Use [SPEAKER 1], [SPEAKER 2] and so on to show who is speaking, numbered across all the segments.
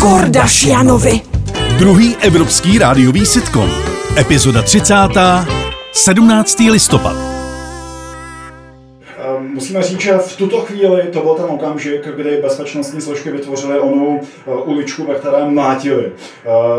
[SPEAKER 1] Kordašianovi.
[SPEAKER 2] Druhý evropský rádiový sitcom. Epizoda 30. 17. listopad.
[SPEAKER 3] Ehm, Musíme říct, že v tuto chvíli to byl ten okamžik, kdy bezpečnostní složky vytvořily onu eh, uličku, ve které mlátili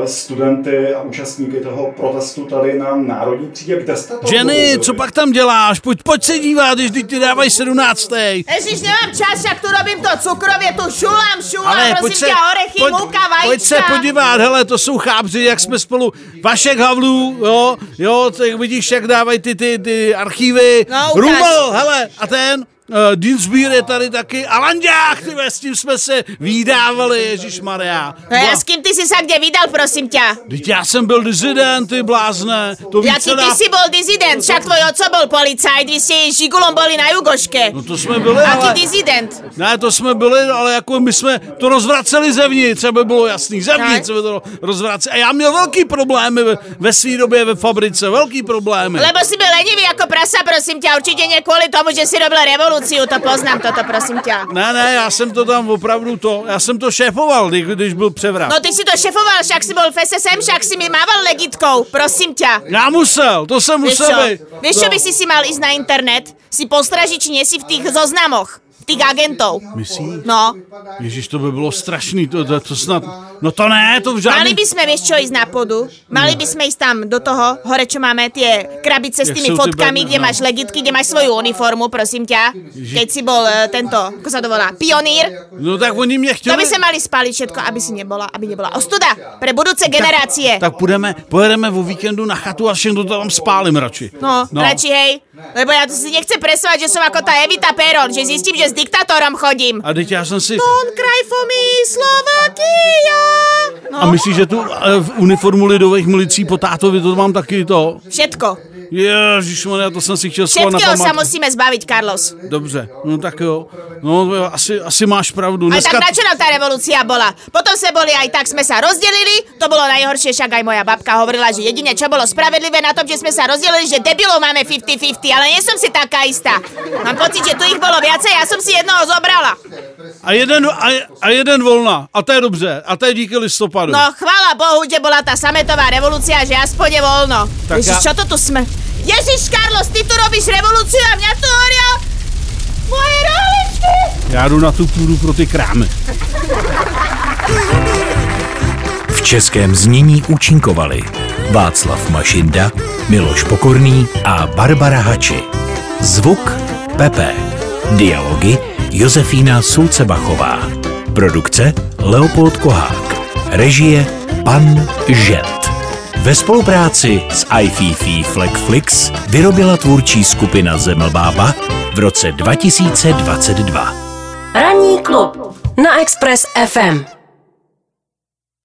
[SPEAKER 3] eh, studenty a účastníky toho protestu tady na Národní třídě. Kde jste to?
[SPEAKER 4] Jenny,
[SPEAKER 3] bylo?
[SPEAKER 4] co pak tam děláš? Pojď, pojď se dívat, když teď ti dávají sedmnáctej.
[SPEAKER 5] Ježíš, nemám čas, jak tu robím to cukrově, tu šulám, šulám,
[SPEAKER 4] Ale
[SPEAKER 5] prosím
[SPEAKER 4] pojď se,
[SPEAKER 5] tě, orechy,
[SPEAKER 4] pojď,
[SPEAKER 5] mouka, vajíčka.
[SPEAKER 4] pojď se podívat, hele, to jsou chábři, jak jsme spolu, Vašek Havlů, jo, jo, tak vidíš, jak dávají ty, ty, ty archívy,
[SPEAKER 5] No, ukáž.
[SPEAKER 4] Ruml, hele, a ten, uh, Dinsbír je tady taky, a Lanďák, ty, s tím jsme se výdávali, Ježíš Maria.
[SPEAKER 5] No já s kým ty jsi se kde vydal, prosím tě?
[SPEAKER 4] Teď já jsem byl dizident, ty blázne, to víc
[SPEAKER 5] Jaký
[SPEAKER 4] se
[SPEAKER 5] ty
[SPEAKER 4] dá...
[SPEAKER 5] jsi byl dizident, však tvoj oco byl policajt, vy jsi žigulom byli na Jugoške.
[SPEAKER 4] No to jsme byli, ale...
[SPEAKER 5] Jaký dizident?
[SPEAKER 4] Ne, to jsme byli, ale jako my jsme to rozvraceli zevnitř, aby bylo jasný. Zevnitř
[SPEAKER 5] Tak.
[SPEAKER 4] jsme to rozvraceli. A já měl velký problémy ve, ve své době ve fabrice, velký problémy.
[SPEAKER 5] Lebo si byl lenivý jako prasa, prosím tě, určitě ne kvůli tomu, že si robil revoluci, to poznám toto, prosím tě.
[SPEAKER 4] Ne, ne, já jsem to tam opravdu to, já jsem to šéfoval, kdy- když byl převrat.
[SPEAKER 5] No ty si to šefoval, však si byl v SSM, však si mi mával legitkou, prosím tě.
[SPEAKER 4] Já musel, to jsem
[SPEAKER 5] Vieš čo?
[SPEAKER 4] musel být. No.
[SPEAKER 5] Vieš čo by si si mal ísť na internet? Si postražiť, či nie si v tých zoznamoch. Tých agentov.
[SPEAKER 4] Myslíš?
[SPEAKER 5] No.
[SPEAKER 4] Ježíš, to by bylo strašný, to, to, to snad, no to ne, to v
[SPEAKER 5] Mali
[SPEAKER 4] žádném...
[SPEAKER 5] by sme, vieš čo, ísť na podu. Mali by sme ísť tam do toho, hore čo máme, tie krabice s
[SPEAKER 4] Jak
[SPEAKER 5] tými
[SPEAKER 4] sú tie
[SPEAKER 5] fotkami,
[SPEAKER 4] Batman-
[SPEAKER 5] kde
[SPEAKER 4] no.
[SPEAKER 5] máš legitky, kde máš svoju uniformu, prosím ťa. Keď si bol eh, tento, ako sa to volá, pionír.
[SPEAKER 4] No tak oni mě chtěli...
[SPEAKER 5] To by sme mali spaliť všetko, aby si nebola, aby nebola ostuda pre budúce generácie.
[SPEAKER 4] Tak půjdeme, pojedeme o víkendu na chatu a všechno to tam spálím radši.
[SPEAKER 5] No, no, radši hej. Lebo ja tu si nechcem presovať, že som ako tá Evita Peron, že zistím, že s diktátorom chodím.
[SPEAKER 4] A teď já jsem si...
[SPEAKER 5] On kraj fomí Slovakia.
[SPEAKER 4] A
[SPEAKER 5] No,
[SPEAKER 4] myslíš, že tu eh, v uniformu lidových milicí po tátovi to mám taky to?
[SPEAKER 5] všetko.
[SPEAKER 4] Ježišmarja, to jsem si chtěl schovat na
[SPEAKER 5] Všetkého sa
[SPEAKER 4] památku.
[SPEAKER 5] musíme zbaviť, Carlos.
[SPEAKER 4] Dobře, no tak jo. No, jo, asi, asi máš pravdu.
[SPEAKER 5] Ale tak
[SPEAKER 4] Dneska...
[SPEAKER 5] na čo nám tá revolúcia bola? Potom sa boli aj tak, sme sa rozdelili, to bolo najhoršie, však aj moja babka hovorila, že jedine čo bolo spravedlivé na tom, že sme sa rozdelili, že debilov máme 50-50, ale nie som si taká istá. Mám pocit, že tu ich bolo viacej, ja som si jednoho zobrala.
[SPEAKER 4] A jeden, a, je- a jeden volna. A to je dobře. A to je díky listopadu.
[SPEAKER 5] No chvála Bohu, že bola tá sametová revolúcia, že aspoň je voľno.
[SPEAKER 4] Tak
[SPEAKER 5] Ježiš,
[SPEAKER 4] ja-
[SPEAKER 5] čo to tu sme? Ježiš, Carlos, ty tu robíš revolúciu a mňa tu horia moje rohličky!
[SPEAKER 4] Já jdu na tu půdu pro ty krámy.
[SPEAKER 6] V českém znění účinkovali Václav Mašinda, Miloš Pokorný a Barbara Hači. Zvuk Pepe. Dialogy Josefína Sulcebachová. Produkce Leopold Kohák. Režie Pan Žet. Ve spolupráci s iFiFi Flexflix vyrobila tvůrčí skupina Zemlbába v roce 2022.
[SPEAKER 7] Ranní klub na Express FM.